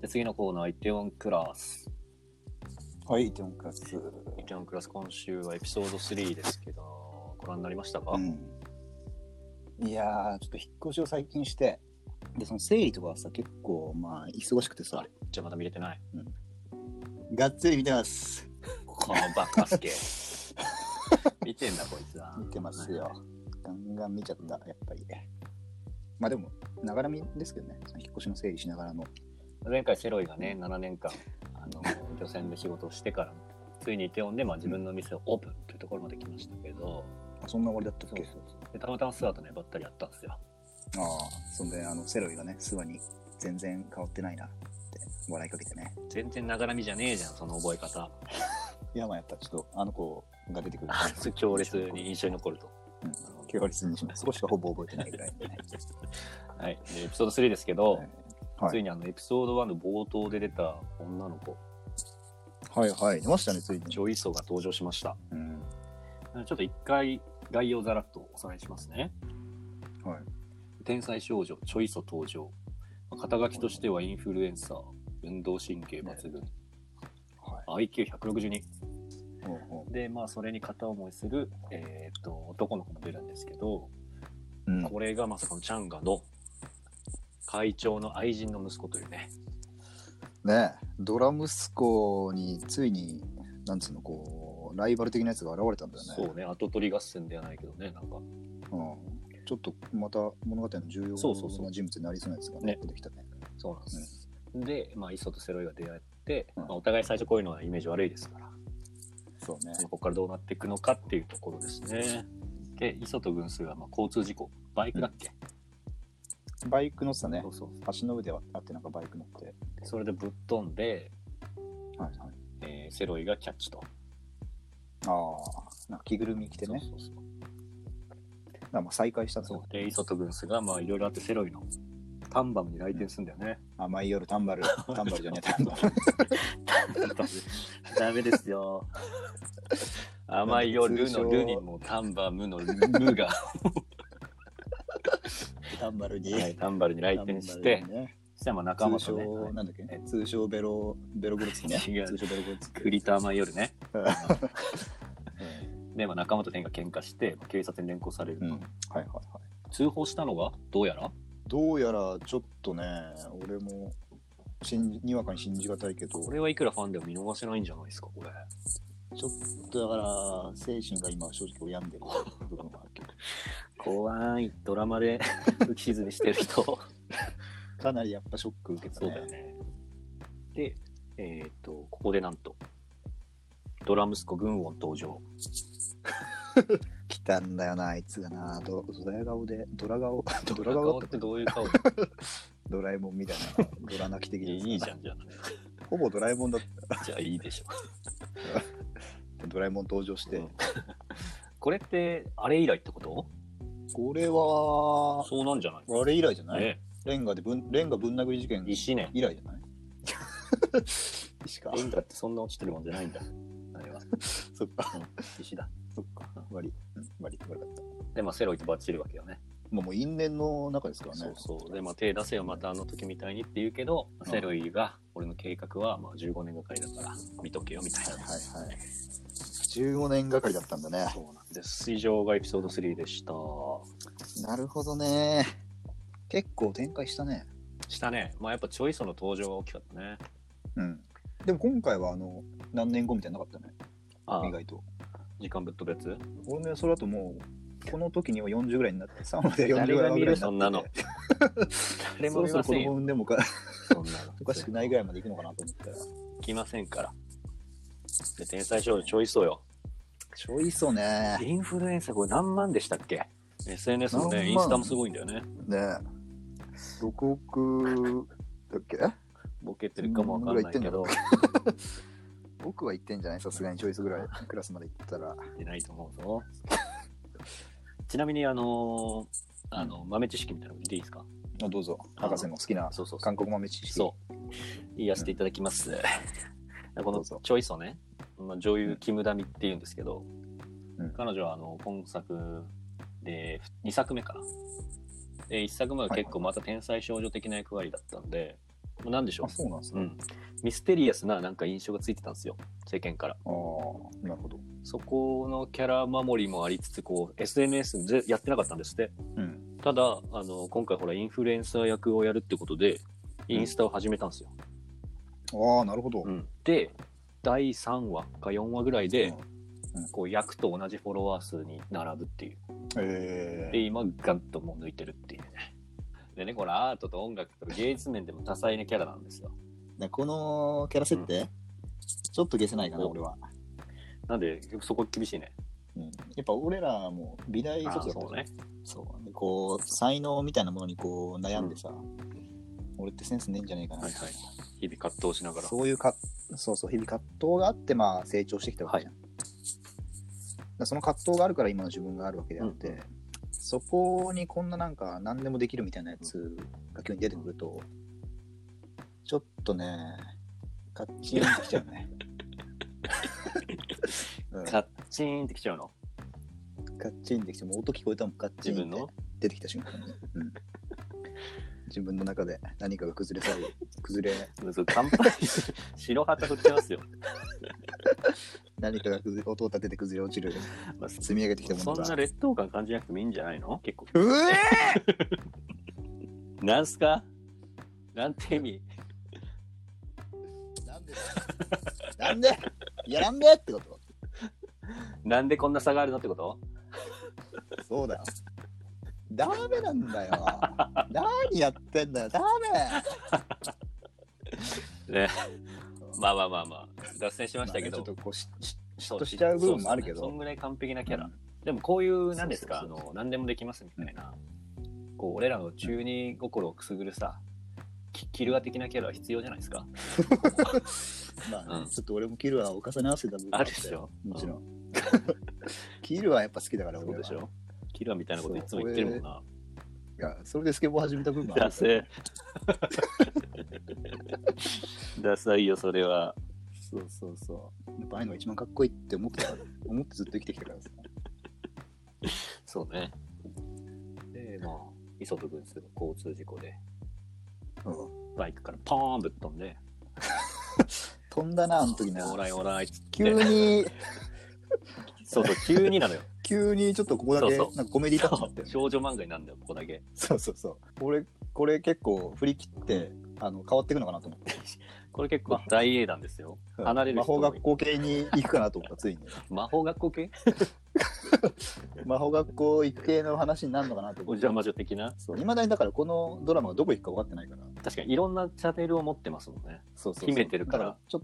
で次のコーナー、イテオンクラス。はい、イテオンクラス。イテオンクラス、今週はエピソード3ですけど、ご覧になりましたか、うん。いやー、ちょっと引っ越しを最近して、で、その整理とかさ、結構、まあ、忙しくてあされ、じゃあまだ見れてない。がっつり見てます。このバカスケ。 見てんだ、こいつは。見てますよ。ガンガン見ちゃった、やっぱり。まあでも、ながら見ですけどね、その引っ越しの整理しながらの。前回セロイがね7年間あの漁船で仕事をしてからついにイテオンで、まあ、自分の店をオープンというところまで来ましたけど、あそんな終わりだったっけでたまたまスワとねばったりやったんですよああ、そんで、あの、セロイがね、諏訪に全然変わってないなって笑いかけてね。全然ながらみじゃねえじゃんその覚え方いや、まあやっぱちょっと、あの子が出てくる。強烈に印象に残るとうん、強烈に、そこしかほぼ覚えてないぐらい、ね。はいでエピソード3ですけど、はいはいついにあのエピソード1の冒頭で出た女の子はいはい、出ましたね、ついにジ。ョイソが登場しましたうん。ちょっと一回概要をざらっとおさらいしますねはい。天才少女チョイソ登場まあ肩書きとしてはインフルエンサー運動神経抜群、はい。 IQ162 ほうほでまあそれに片思いする、えー、と男の子も出るんですけど、う。うん。これがまさかのチャンガの会長の愛人の息子というねねえドラ息子についに、なんつうの、こう、ライバル的なやつが現れたんだよね。そうね後取り合戦ではないけどねなんかうん。ちょっとまた物語の重要そうそうそうな人物になりそうなやつがね、出てきたね。そうなんです、で、まあ、イソとセロイが出会って、うんまあ、お互い最初こういうのはイメージ悪いですから、そうね。ここからどうなっていくのかっていうところですねでイソと軍数はまあ交通事故バイクだっけ、バイク乗ってたねそ。うそう橋の上ではあって、なんかバイク乗って。それでぶっ飛んで、はいはい。えーセロイがキャッチと。ああ、なんか着ぐるみ着てね。そうそうそうなんかまあ再会したんだそうで、イソとグンスが、まあ、いろいろあって、セロイのタンバムに来店するんだよね。あ、毎夜タン バル。タンバルじゃねえ、タンバル。ダメですよ。 甘いよ、ルの、ルにも、タンバムのルが、 タンバルにはい、タンバルに来店して、そしたらまあ仲間通とね、称、はいなんだっけ通称ベロ、ベログルツキね。 違う通称ベログルツキ。栗と甘い夜 ね。うんで、まあ、仲間と天が喧嘩して、警察に連行されると。うん。はいはいはい。通報したのが、どうやら、どうやらちょっとね、俺も、信じにわかに信じがたいけど、こ俺れはいくらファンでも見逃せないんじゃないですか、これ。ちょっとだから、精神が今正直病んで る部分があるけど、 怖い、ドラマ で浮き沈みしてる人。かなりやっぱショック受けたそうね。だよね。で、えっ、と、ここでなんと、ドラ息子軍音登場。来たんだよな、あいつがな。ドドラ顔で、ド ラ顔、ドラ顔顔っだっててどういう顔いドラえもんみたいな、ドラ泣き的やないいじゃん、じゃほぼドラえもんだっあ。じゃあいいでしょ。た。ドラえもん登場して。うんこれって、あれ以来ってことこれは、そうなんじゃないあれ以来じゃない、ねレンガでぶん、レンガぶん殴り事件以石ね。来じ ゃない石か。レンガってそんな落ちてるもんじゃないんだ。あれは。そっか、石だ。そっか。割り、うん、割り、割りだった。で、まあ、セロイとバッチリわけよね。まあもう因縁の中ですからね。そうそう。で、まあ、手出せよ、またあの時みたいにって言うけど、んセロイが、俺の計画は、まあ、15年がかりだから、見とけよ、みたいな。はいはい。15年がかりだったんだね。 そうなんです。以上がエピソード3でした。なるほどね。結構展開したね。したね。まあやっぱチョイソの登場が大きかったね。うん。でも今回はあの、何年後みたいなのなかったね。あ意外と。時間ぶっ飛ぶやつ俺の予想だともう、この時には40ぐらいになって、3まで40ぐらいになっててそんなの。誰そもろ見そろません子供よ。産んでもおかそんなの。おかしくないぐらいまで行くのかなと思ったら。来ませんから。で、天才少女チョイソよ。ちょいそうね。インフルエンサーこれ何万でしたっけ ?SNS もね、イ何万ンスタもすごいんだよね。ね6億だっけボケてるかもわかんないけど、僕は行ってんじゃないさすがにチョイスぐらいクラスまで行ったら。いないと思うぞ。 ちなみにあのーあの、豆知識みたいなの言っていいですかあどうぞ。博士の好きなそうそうそう韓国豆知識。そう。言わせていただきます。 こどのうチぞョイソね、まあ、女優キムダミっていうんですけど、うん彼女はあの今作で2作目かな。で1作目は結構また天才少女的な役割だったんで、まあなんでしょあ、そうなんですう、うね。ん、ミステリアスななんか印象がついてたんですよ世間からああ、なるほど。そこのキャラ守りもありつつこう SNS でやってなかったんですってうん。ただあの今回ほらインフルエンサー役をやるってことでインスタを始めたんですよ、ああ、なるほど。うんで第3話か4話ぐらいで、うんこう役と同じフォロワー数に並ぶっていうえでえ今ガンともう抜いてるっていうねでねこのアートと音楽とか芸術面でも多彩なキャラなんですよでこのキャラ設定、ちょっと消せないかな、お俺は。なんでそこ厳しいねうん、やっぱ俺らも美大あ卒だったそうねそうでこう才能みたいなものにこう悩んでさ、俺ってセンスねえんじゃないかな、はいはい日々葛藤しながらそういうかそうそう日々葛藤があってまあ成長してきたわけじゃん、だからその葛藤があるから今の自分があるわけであって、うんそこにこんななんか何でもできるみたいなやつが急に出てくるとちょっとねカッチンってきちゃう ね、うん、カカッチーンってきちゃうのッチンってきてもう音聞こえたもんカッチン自っ分ての出てきた瞬間に、うん、自分の中で何かが崩れ去る崩れそう乾 杯白旗振ってますよ、何かが崩れ音を立てて崩れ落ちるまあそ積み上げてきたものそんがな劣等感感じなくてもいいんじゃないの結構うえなんすかなんて意味なんでだなんでいやなんでってことなんでこんな差があるのってことそうだよダメなんだよ何やってんだよダメねまあまあまあまあ脱線しましたけど、まあねちょっとこうししそ嫉妬しちゃう部分もあるけそどうそうそんぐらい完璧なキャラ、うんでもこういう何ですかそうそうそうあの何でもできますみたいな、こう俺らの中二心をくすぐるさキキルア的なキャラは必要じゃないですかまあね、うんちょっと俺もキルはお重ね合わせた部分あるってでしょもちろん キルはやっぱ好きだからそう俺はでしょキルアみたいなこといつも言ってるもんないやそれでスケボー始めた部分もあるダ セダサいよそれはそうそうそう。やっぱああいうのが一番かっこいいって思ってた、思ってずっと生きてきたからさ。そうねでまあ磯部君すぐ交通事故でうんバイクからポーンぶっ飛んで飛んだな、あの「時な。オーライオーライ」っつって急に、そうそう急にな のよ急にちょっとここだけ、そうそうなんかコメディタッチだったよね。少女漫画になるんだよここだけそうそうそう。俺、これ結構振り切って、あの、変わっていくのかなと思って。これ結構大英断ですよ離れる魔人も法多い学校系に行くかなと思った、ついに。魔法学校系魔法学校行く系の話になるのかなとお思って。邪魔女的なそう未だにだからこのドラマがどこ行くか分かってないから。確かにいろんなチャンネルを持ってますもんねそうそうそう秘めてるからだちょっ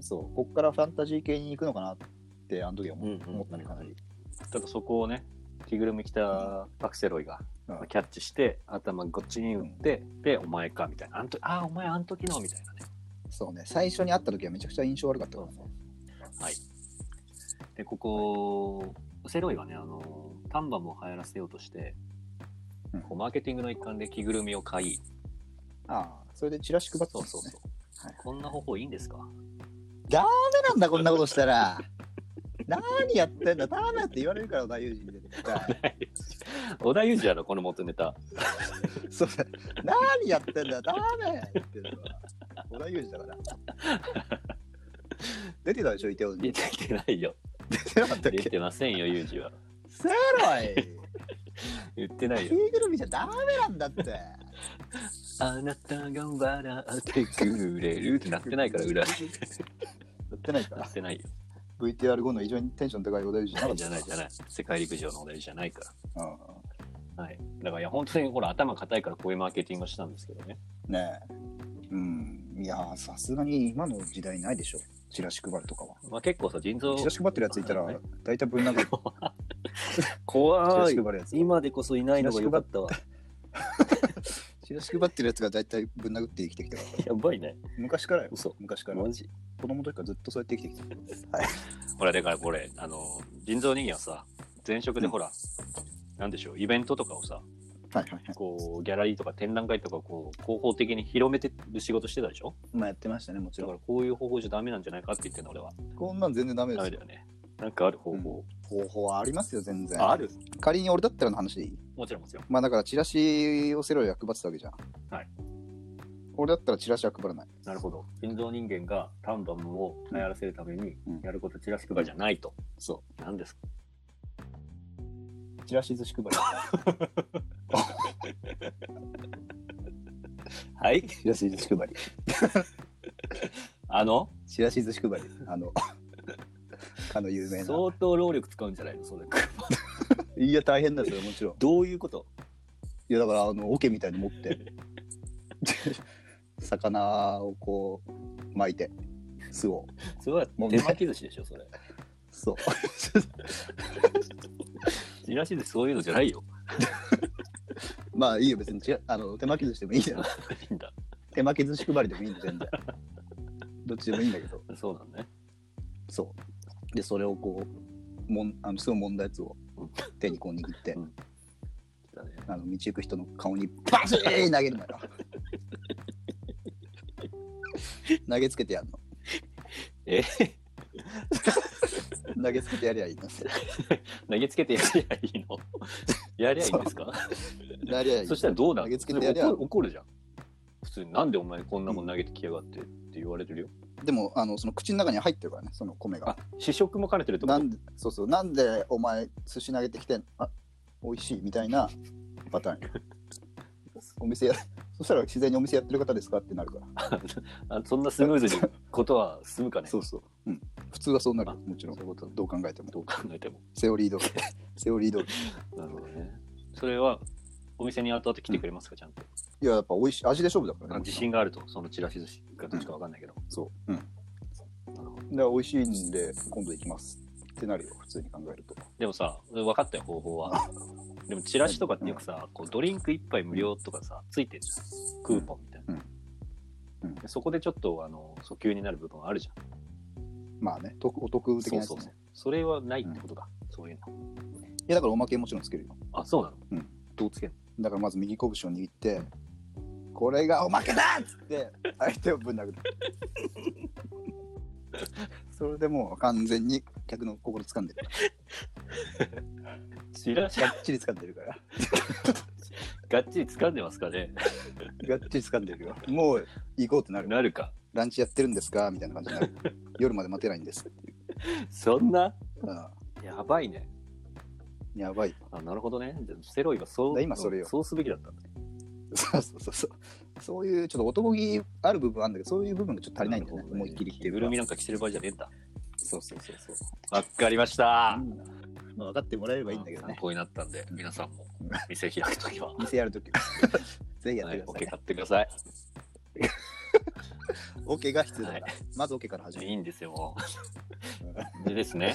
と、そう、こっからファンタジー系に行くのかなって、あの時は思,、うんうんうん思ったね、かなり。ただそこをね着ぐるみ着たパクセロイがうんキャッチして頭ごっちに打って、でお前かみたいなあんとあーお前あん時のみたいなねそうね、最初に会った時はめちゃくちゃ印象悪かったからね。でここセロイはねあの丹波も流行らせようとしてうんこうマーケティングの一環で着ぐるみを買いああ、それでチラシ配ってたそんうですそねうそうはいこんな方法いいんですか ダメなんだ、こんなことしたら。何やってんだ、ダメって言われるから、大友人で。小田裕二やろこの元ネタそうだ、何やってんだ、ダメって言うのは、小田裕二だから。出てたでしょ、イテオン出に。てきてないよ出てなかったっ出けてませんよ裕二はセロイ言ってない着よ ぐるみじゃダメなんだって。あなたが笑ってくれるってなってないから裏でやってないなか。ってない よ VTR5 の非常にテンション高い小田裕二じじゃなかゃったないじゃない世界陸上のお題じゃないかうんらはいだからいや本当にほら頭固いからこういうマーケティングをしたんですけどねねえ。うん。いやー、さすがに今の時代ないでしょ。チラシ配るとかは。まあ結構さ腎臓チラシ配ってるやついたらはい、大体ぶん殴る。 チラ怖シい配るやつ。今でこそいないのが良かったわチラシ配ってるやつが大体ぶん殴って生きてきたから。やばいね昔からよ。嘘昔から。マジ子供の時からずっとそうやって生きてきほらだからこれあの腎臓人間はさ前職でほら、なんでしょうイベントとかをさた。はいはいはい。こうギャラリーとか展覧会とかをこう広報的に広めてる仕事してたでしょまあやってましたね、もだちろかん。らこういう方法じゃダメなんじゃないかって言ってんの俺はこんなん全然ダメダでメすだよ。よねなんかある方法、方法はありますよ、全然。あある仮に俺だったらの話でいいもちろんもちろんまあだからチラシをセロリが配ってたわけじゃん。はい。俺だったらチラシは配らない。なるほど。人造人間がタンバムを流行らせるためにうんやることチラシ配りじゃないと。そ何ですかう。チラシ寿司配り。はい。 チラシ寿司配り。あの、チラシ寿司配り。あ の、かの有名な。相当労力使うんじゃないのそれ。いや、大変だよ、それはもちろん。どういうこといやだからあの桶みたいに持って で魚をこう巻いて巣をそれはもう手巻き寿司でしょ、そ れ。そうチラシでそういうのじゃないよ。まあいいよ別に違うあの手巻き寿司でもいいじゃんいいんだ。手巻き寿司配りでもいいんだ全然どっちでもいいんだけどそうなんね。そうでそれをこうもんあの巣をもんだやつを手にこう握ってうんだね。あの道行く人の顔にバチーン投げるのよ投げつけてやんのえ投げつけてやりゃいいんです投げつけてやりゃいい のやりゃいいんですかやりゃいいそしたらどうな投るげつけてやりゃ怒る怒るじゃん。普通になんでお前こんなもん投げてきやがってって言われてるよ。でもあのその口の中には入ってるからねその米あが。、試食も兼ねてるってこなとんでそうそうなんでお前寿司投げてきてんあ美味しいみたいな パターンよお店やそしたら自然にお店やってる方ですかってなるからあそんなスムーズにことは進むかね。そうそう、うん、普通はそうなるよあもちろんそういうことどう考えてもどう考えても。セオリ ー通りセオリー通りなるほどね。それはお店に後々来てくれますか、ちゃんと。いややっぱ美味しい味で勝負だからあね自信があると、そのチラシ寿司かどっちかわかんないけど。そううんなるほどで美味しいんで今度行きますってなるよ普通に考えるとでもさ、分かったよ、方法 は。でもチラシとかってよくさ、こうドリンク1杯無料とかさ、ついてるじゃん。クーポンみたいな。うんうんでそこでちょっとあの訴求になる部分あるじゃん。まあねとお得的なそうそやつねうそう。それはないってことだ、そういうの。いやだからおまけもちろんつけるよあ、そうなの、うんどうつけんのだからまず右拳を握って、これがおまけだっつって、相手をぶ ん殴る。それでもう完全に客の心掴んでる。チラシがっちり掴んでるから。がっちり掴んでますかね がっちり掴んでるよ。もう行こうってなる。なるか。ランチやってるんですかみたいな感じになる。夜まで待てないんですっていう。そんなあやばいね。あやばい。あ、なるほどね。じゃあセロイはそう、だ今それよそうすべきだったんだね。そうそうそうそう。そういうちょっと男気ある部分あるんだけど、そういう部分がちょっと足りないんだよね。思いっきりって着いうぐかるみなんか着てる場合じゃねえんだ。そうそうそうそう。わかりました。まあ、分かってもらえればいいんだけど参ね。考になったんで、うん皆さんもうん店開くときは、店やるときはぜ ひやっはていくだオさケい。買ってください。オケが必要だから、はまずオケから始めいる。いんですよ、もう でですね、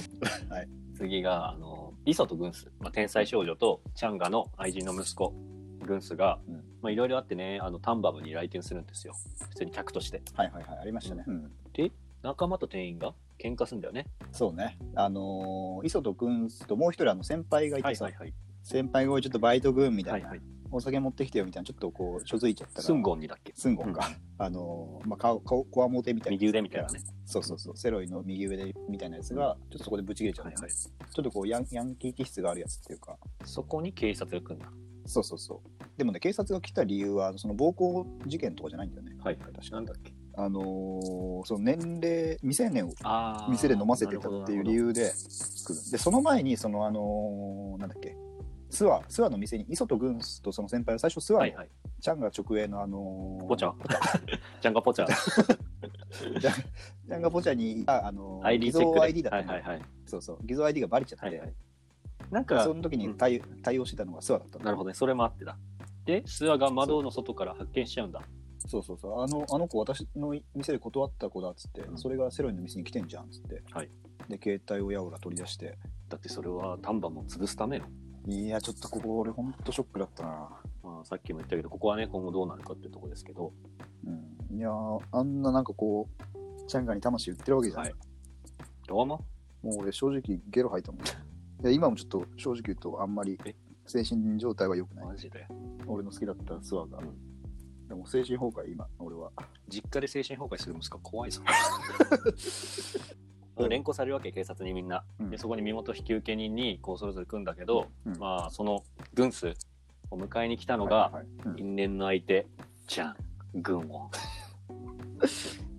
はい次が、あの、イソとグンス、まあ、天才少女とチャンガの愛人の息子、グンスがうん、まあいろいろあってね、あの、タンバムに来店するんですよ。普通に客として。はいはいはい、ありましたね。うん仲間と店員が喧嘩するんだよね。そうね。あのー、磯と君ともう一人あの先輩がいはていさ、はいはい。先輩がおいちょっとバイト軍みたはいいな、はい。お酒持ってきてよみたいな、ちょっとこう、所づいちゃったから。スンゴンにだっけスンゴンか。あのー、まあ、顔、顔、こわもてみたいな。右腕みたいなね。そうそうそう。セロイの右腕みたいなやつが、ちょっとそこでブチ切れちゃう、はいはい。ちょっとこうヤン、ヤンキー気質があるやつっていうか。そこに警察が来るんだ。そうそうそう。でもね、警察が来た理由は、その暴行事件とかじゃないんだよね。はい確かになんだっけあのーその年齢未成年をあー店で飲ませてたっていう理。なる由で来るでその前にそのあのーなんだっけ諏訪諏訪の店に磯と軍師とその先輩は最初諏ほど訪はのいはい。ちゃんが直営のあのーポ チャジャンガポチャ。ちゃんちゃんがポチャにいたあのー ID 偽チェック造で。 ID だったんだはいよはいはい。そうそう偽造 ID がバレちゃって、はいはい。なんかそ、の時に対,、対応してたのが諏訪だったのなるほどね。それもあってだ。で、諏訪が窓の外から発見しちゃうんだ。そうそうそうあのあの子私の店で断った子だっつって、うんそれがセロイの店に来てんじゃんっつって、はいで携帯をやおら取り出してだってそれは丹波も潰すためよ。いやちょっとここ俺ほんとショックだったなまあ、さっきも言ったけど、ここはね、今後どうなるかっていうところですけど、うんいやーあんななんかこうチャンガに魂売ってるわけじゃない、はいどうも、もう俺正直ゲロ吐いたもん いや今もちょっと正直言うとあんまりえ精神状態は良くないマジで。俺の好きだったツアーが、うでも精神崩壊今俺は実家で精神崩壊する息子は怖い ぞ。連行されるわけ、警察にみんな。うんで、そこに身元引受人に、こう、それぞれ来るんだけど、うんまあ、その軍師を迎えに来たのが、はいはいうん因縁の相手、ちゃん。軍を。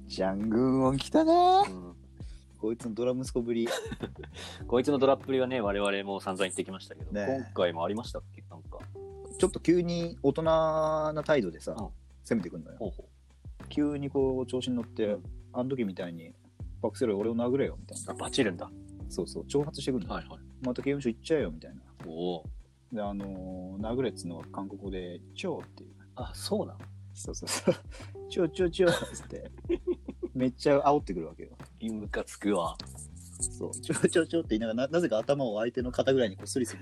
ジャングンオン来たなうんこいつのドラ息子ぶり。こいつのドラップリはね、我々も散々言ってきましたけど、ねえ今回もありましたっけなんか。ちょっと急に大人な態度でさ、うん攻めてくんのよ。ほうほ急にこう調子に乗って、うん。あの時みたいに、バックセル俺を殴れよみたいうあ、な。バチるんだ。そうそう、挑発してくんの。はいはい。また刑務所行っちゃえよみたいな。おお。で、あのー殴れっつうのは韓国語で、チョーっていう。あ、そうなのそうそうそう。チョーチョーチョーっつって、めっちゃ煽ってくるわけよ。いムカつくわ。そう、ちょちょちょって言いながらな、なぜか頭を相手の肩ぐらいにこっそりする、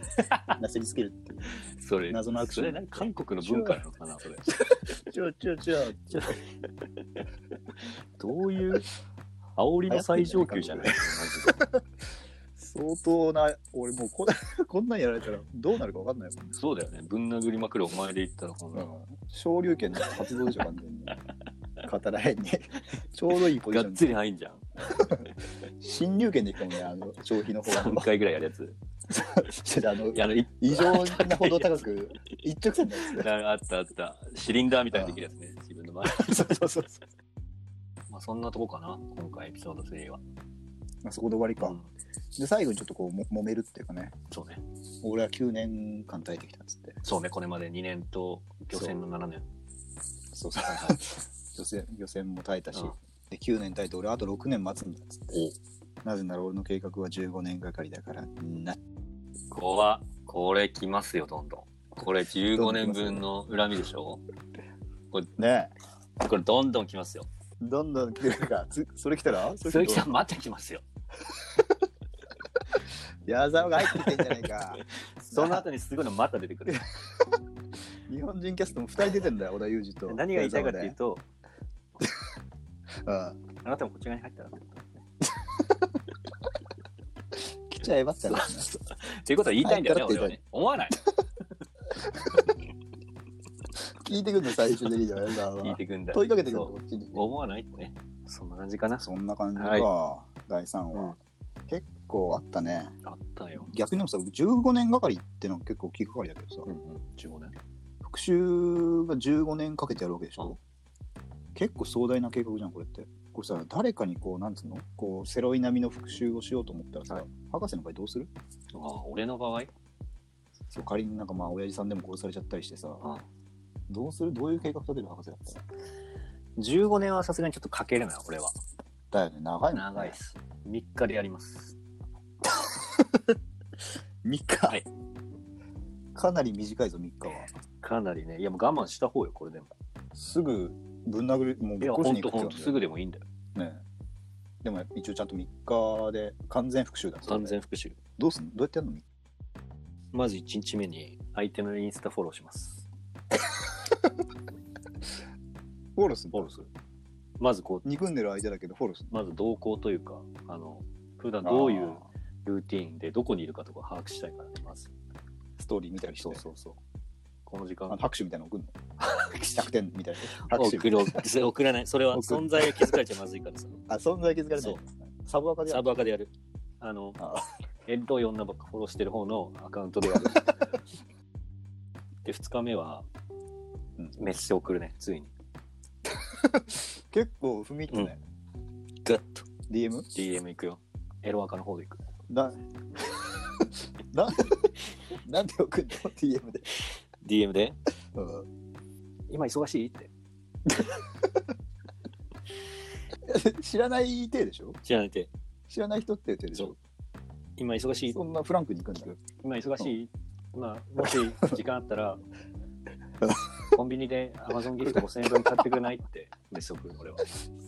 なすりつけるっていう。それ、謎のアクションそれなんか韓国の文化なのかな、それ。ちょちょちょちょどういう、煽りの最上級じゃ ない相当な、俺もうここんなんやられたらどうなるかわかんないもんね。そうだよね。ぶん殴りまくるお前で言ったらこんな。昇竜拳の発動でしょ、完全に。語らへんに。ちょうどいいポジがショっンつり入んじゃん。新竜拳でいくかもね、あの、消費の方が。 3回ぐらいやるや つ。ちょっとあのい、やあの、い異常なほど高く、一直線だよね。あったあった。シリンダーみたいにできるやつね。自分の前。そうそうそう。まあそんなとこかな。今回エピソード3は。まあ、そこで終わりか。うんで、最後にちょっとこう、も揉めるっていうかね。そうね。俺は9年間耐えてきたっつって。そうね。これまで2年と漁船の7年。そうそう。予選予選も耐えたし、うんで9年耐えて俺あと6年待つんだっつってなぜなら俺の計画は15年がかりだからなおこわ。これ来ますよ、どんどん。これ15年分の恨みでしょねえこれどんどん来ますよ。どんどん来るかつそれ来たら鈴木さんん、また来ますよ。矢沢が入ってきてんじゃねえか その後にすごいのまた出てくる。日本人キャストも2人出てんだよ織田裕二と何が言いたいかっていう矢と、沢ねあなたもこっち側に入ったらってことですね。うん、来ちゃえばって話ねっていうことは言いたいんだよね、入っ俺たらはって言いね。思わない。聞いてくんの最終的には矢沢聞いはてくんだ。問いかけてくるのそこっちにう思わないってね。そんな感じかな。そんな感じか、第3話、うん結構あったねあったよ。逆にでもさ15年がかりってのは結構大きいかかりだけどさ、うんうん、15年。復讐が15年かけてやるわけでしょ、結構壮大な計画じゃんこれってこれさ誰かにこうなんつうのこうセロイ並みの復讐をしようと思ったらさ、はい博士の場合どうするああ、俺の場合そう仮になんかまあ親父さんでも殺されちゃったりしてさあどうするどういう計画立てる博士だったら ?15 年はさすがにちょっとかけるな、俺は。だよね長いもんね長いっす。3日でやります。 3日、はいかなり短いぞ3日はかなりね。いや、もう我慢した方よ、これでも。すぐぶん殴るもういぶっや、殺ほしんにと行くほ気んがと、すするぐでもいいんだよ。ねえでも一応ちゃんと3日で完全復讐だ完全復讐。どうすんのどうやってやるのまず1日目に相手のインスタフォローします。フォローすんフォのローする。まずこう、憎んでる相手だけどフォローすんのまず同行というか、あの、普段どういうルーティーンでどこにいるかとか把握したいからね、まず。ストーリー見たりしてそうそうそう。この時あ間の、拍手みたいなの送るの100点みたいな拍手送る、それ送らない。それは送る存在を気づかれちゃまずいからさ。あ存在気づかれなそういサブアカでやサーるブ赤でやる。あの、あ遠慮い女ばっかフォローしてる方のアカウントでやる。で、2日目は、うんメッセ送るね、ついに。結構踏み入ってね、ガッと DM? DM 行くよ。エロアカの方で行く。 なななんで送るの DM で、 DM で、うん今忙しいって。知らない手でしょ知られて、知らない人って手でしょ今忙しいそんなフランクに行くんだよ今忙しい、まあ、もし時間あった ら、コンビニで Amazon ギフト5000円分買ってくれないって、メッセ送る、俺は。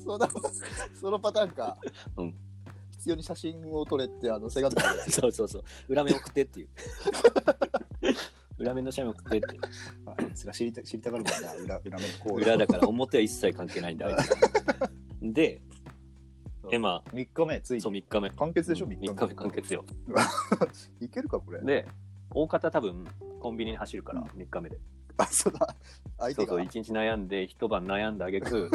その そのパターンか、うん必要に写真を撮れってあのセガとかそうそうそう。裏面送ってっていう。裏面の写メ送ってって。それは知りた知りたがるもんな裏裏目のこ裏だから表は一切関係ないんだ、あいつで、で、ま3日目つあ、いそう、に3日目。完結でしょ3日3日目目完結よ。いけるかこれで、大方多分、コンビニに走るから、3日目で。あそうだ相そ手うそがう、行一日悩んで、一晩悩んだあげく、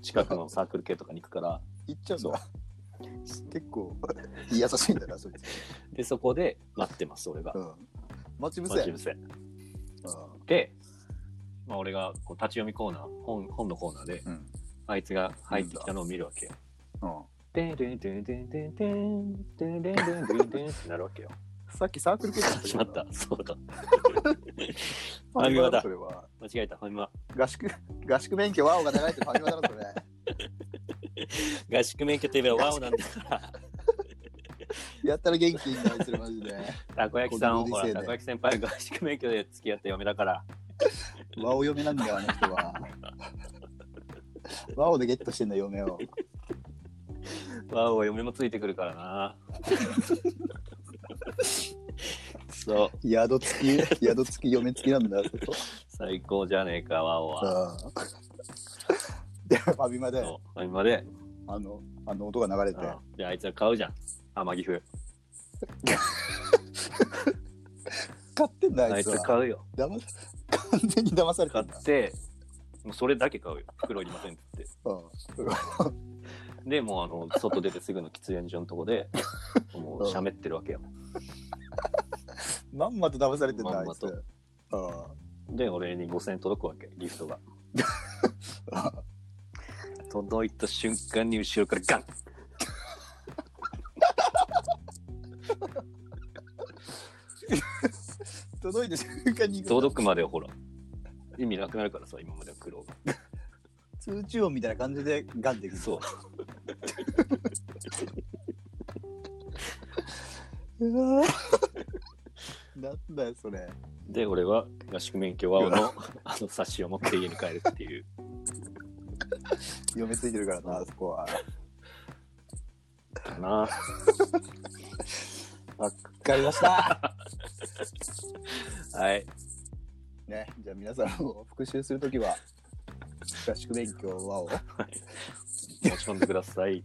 近くのサークル系とかに行くから、っちゃうんだ結構優しいんだなそいつ、で、そこで待ってます、俺がう。ん、待ち伏待せち伏せ。うんで、まあ、俺がこう立ち読みコーナー本本のコーナーでうん。あいつが入ってきたのを見るわけよ。うん。でんでんでんでんでんでんでんでんでんでんでんってなるわけよ。さっきサークル系だしま った。そうだ。ファミマだ、フそれは。間違えた。ファミマ。合宿、合宿免許、ワオが流れてるファミマだろ、それ。合宿免許といえばワオなんだから。やったら元気になる、それマジで。たこ焼きさん、このほご時ら、世でたこ焼き先輩が合宿免許で付き合った嫁だから。ワオ嫁なんだよ、あの人は。 ワオでゲットしてんだ、嫁を。ワオは嫁もついてくるからな。そう。宿付き、宿付き、嫁付きなんだ、そこ。最高じゃねえか、ワオは。ああで、ファミマで、そう。ファミマで。あの、あの音が流れて、うんで、あいつは買うじゃん。天城府。買ってんだ、ああいいつつは。買うよ。騙さ完全に騙された買んだっ。て、もうそれだけ買うよ。袋いりませんって言って。うんで、もうあの、外出てすぐの喫煙所のとこで、もう喋ってるわけよ。まんまと騙されてんだ、まあんいまつと。ああで、俺に5000円届くわけ、ギフトが。 届いた瞬間に後ろからガン届いた瞬間に行く届くまでほら、意味なくなるからさ、今までの苦労が。通知音みたいな感じでガンでいくそうう。うわーなんだよそれで、俺は合宿免許は 青のあの冊子を持って家に帰るっていう。嫁ついてるからなあそこはかな。わかりましたはい。ねじゃあ皆さんも復習するときは合宿勉強はをは持ち込んでください。い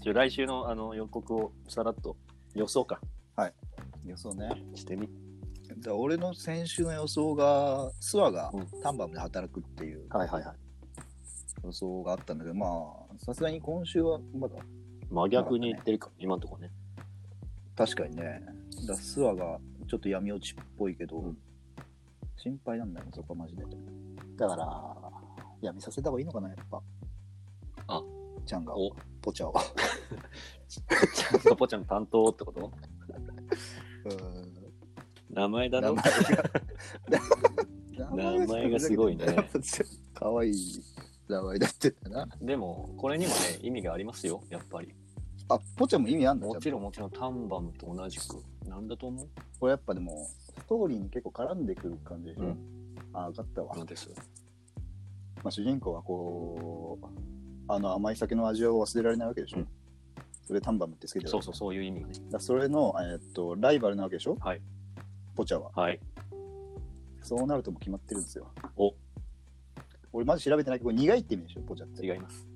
ちょ来週のあの予告をさらっと予想か予想ねしてみ。じゃあ俺の先週の予想が諏訪がうんタンバムで働くっていうはいはいはい。予想があったんだけどまあさすがに今週はまだ真逆に言ってるか、今のとこね。確かにねだから諏訪がちょっと闇落ちっぽいけど、うん心配なんだよそこはマジでだから闇させた方がいいのかなやっぱあちゃんがお、ポ チャをちゃんとぽちゃん担当ってこと名前だろ名 名前がすごいねやっぱかわいい名前だってんだなでも、これにもね、意味がありますよ、やっぱり。あポチャも意味あんだもじちゃあろん、もちろん、タンバムと同じく。なんだと思うこれやっぱでもストーリーに結構絡んでくる感じでしょ、うんあ分かったわ、のまです。あ、主人公はこうあの甘い酒の味を忘れられないわけでしょ、うんそれタンバムってつけてるそうそう、そういう意味がね。だからそれの、えーっとライバルなわけでしょはい。ポチャははい。そうなるともう決まってるんですよお俺まず調べてないけどこれ苦いって意味でしょポチャって違います。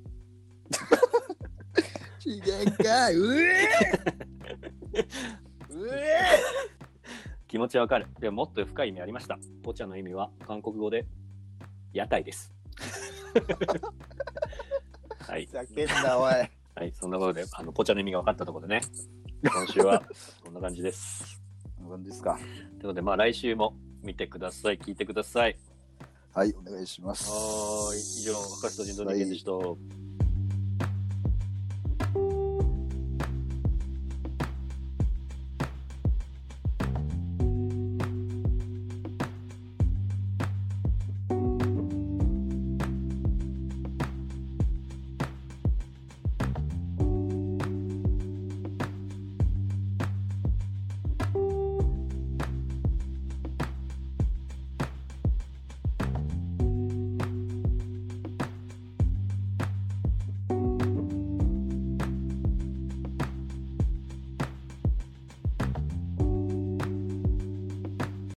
違うかうえうえ気持ちわかる。でも、もっと深い意味ありました。ポチャの意味は、韓国語で、屋台です。はい。ざけんなおいはい、そんなことで、あの、ポチャの意味が分かったところでね、今週はこんな感じです。何ですかということで、まあ来週も見てください、聞いてください。はいお願いしますはーい、以上、赤石と人道人間でした。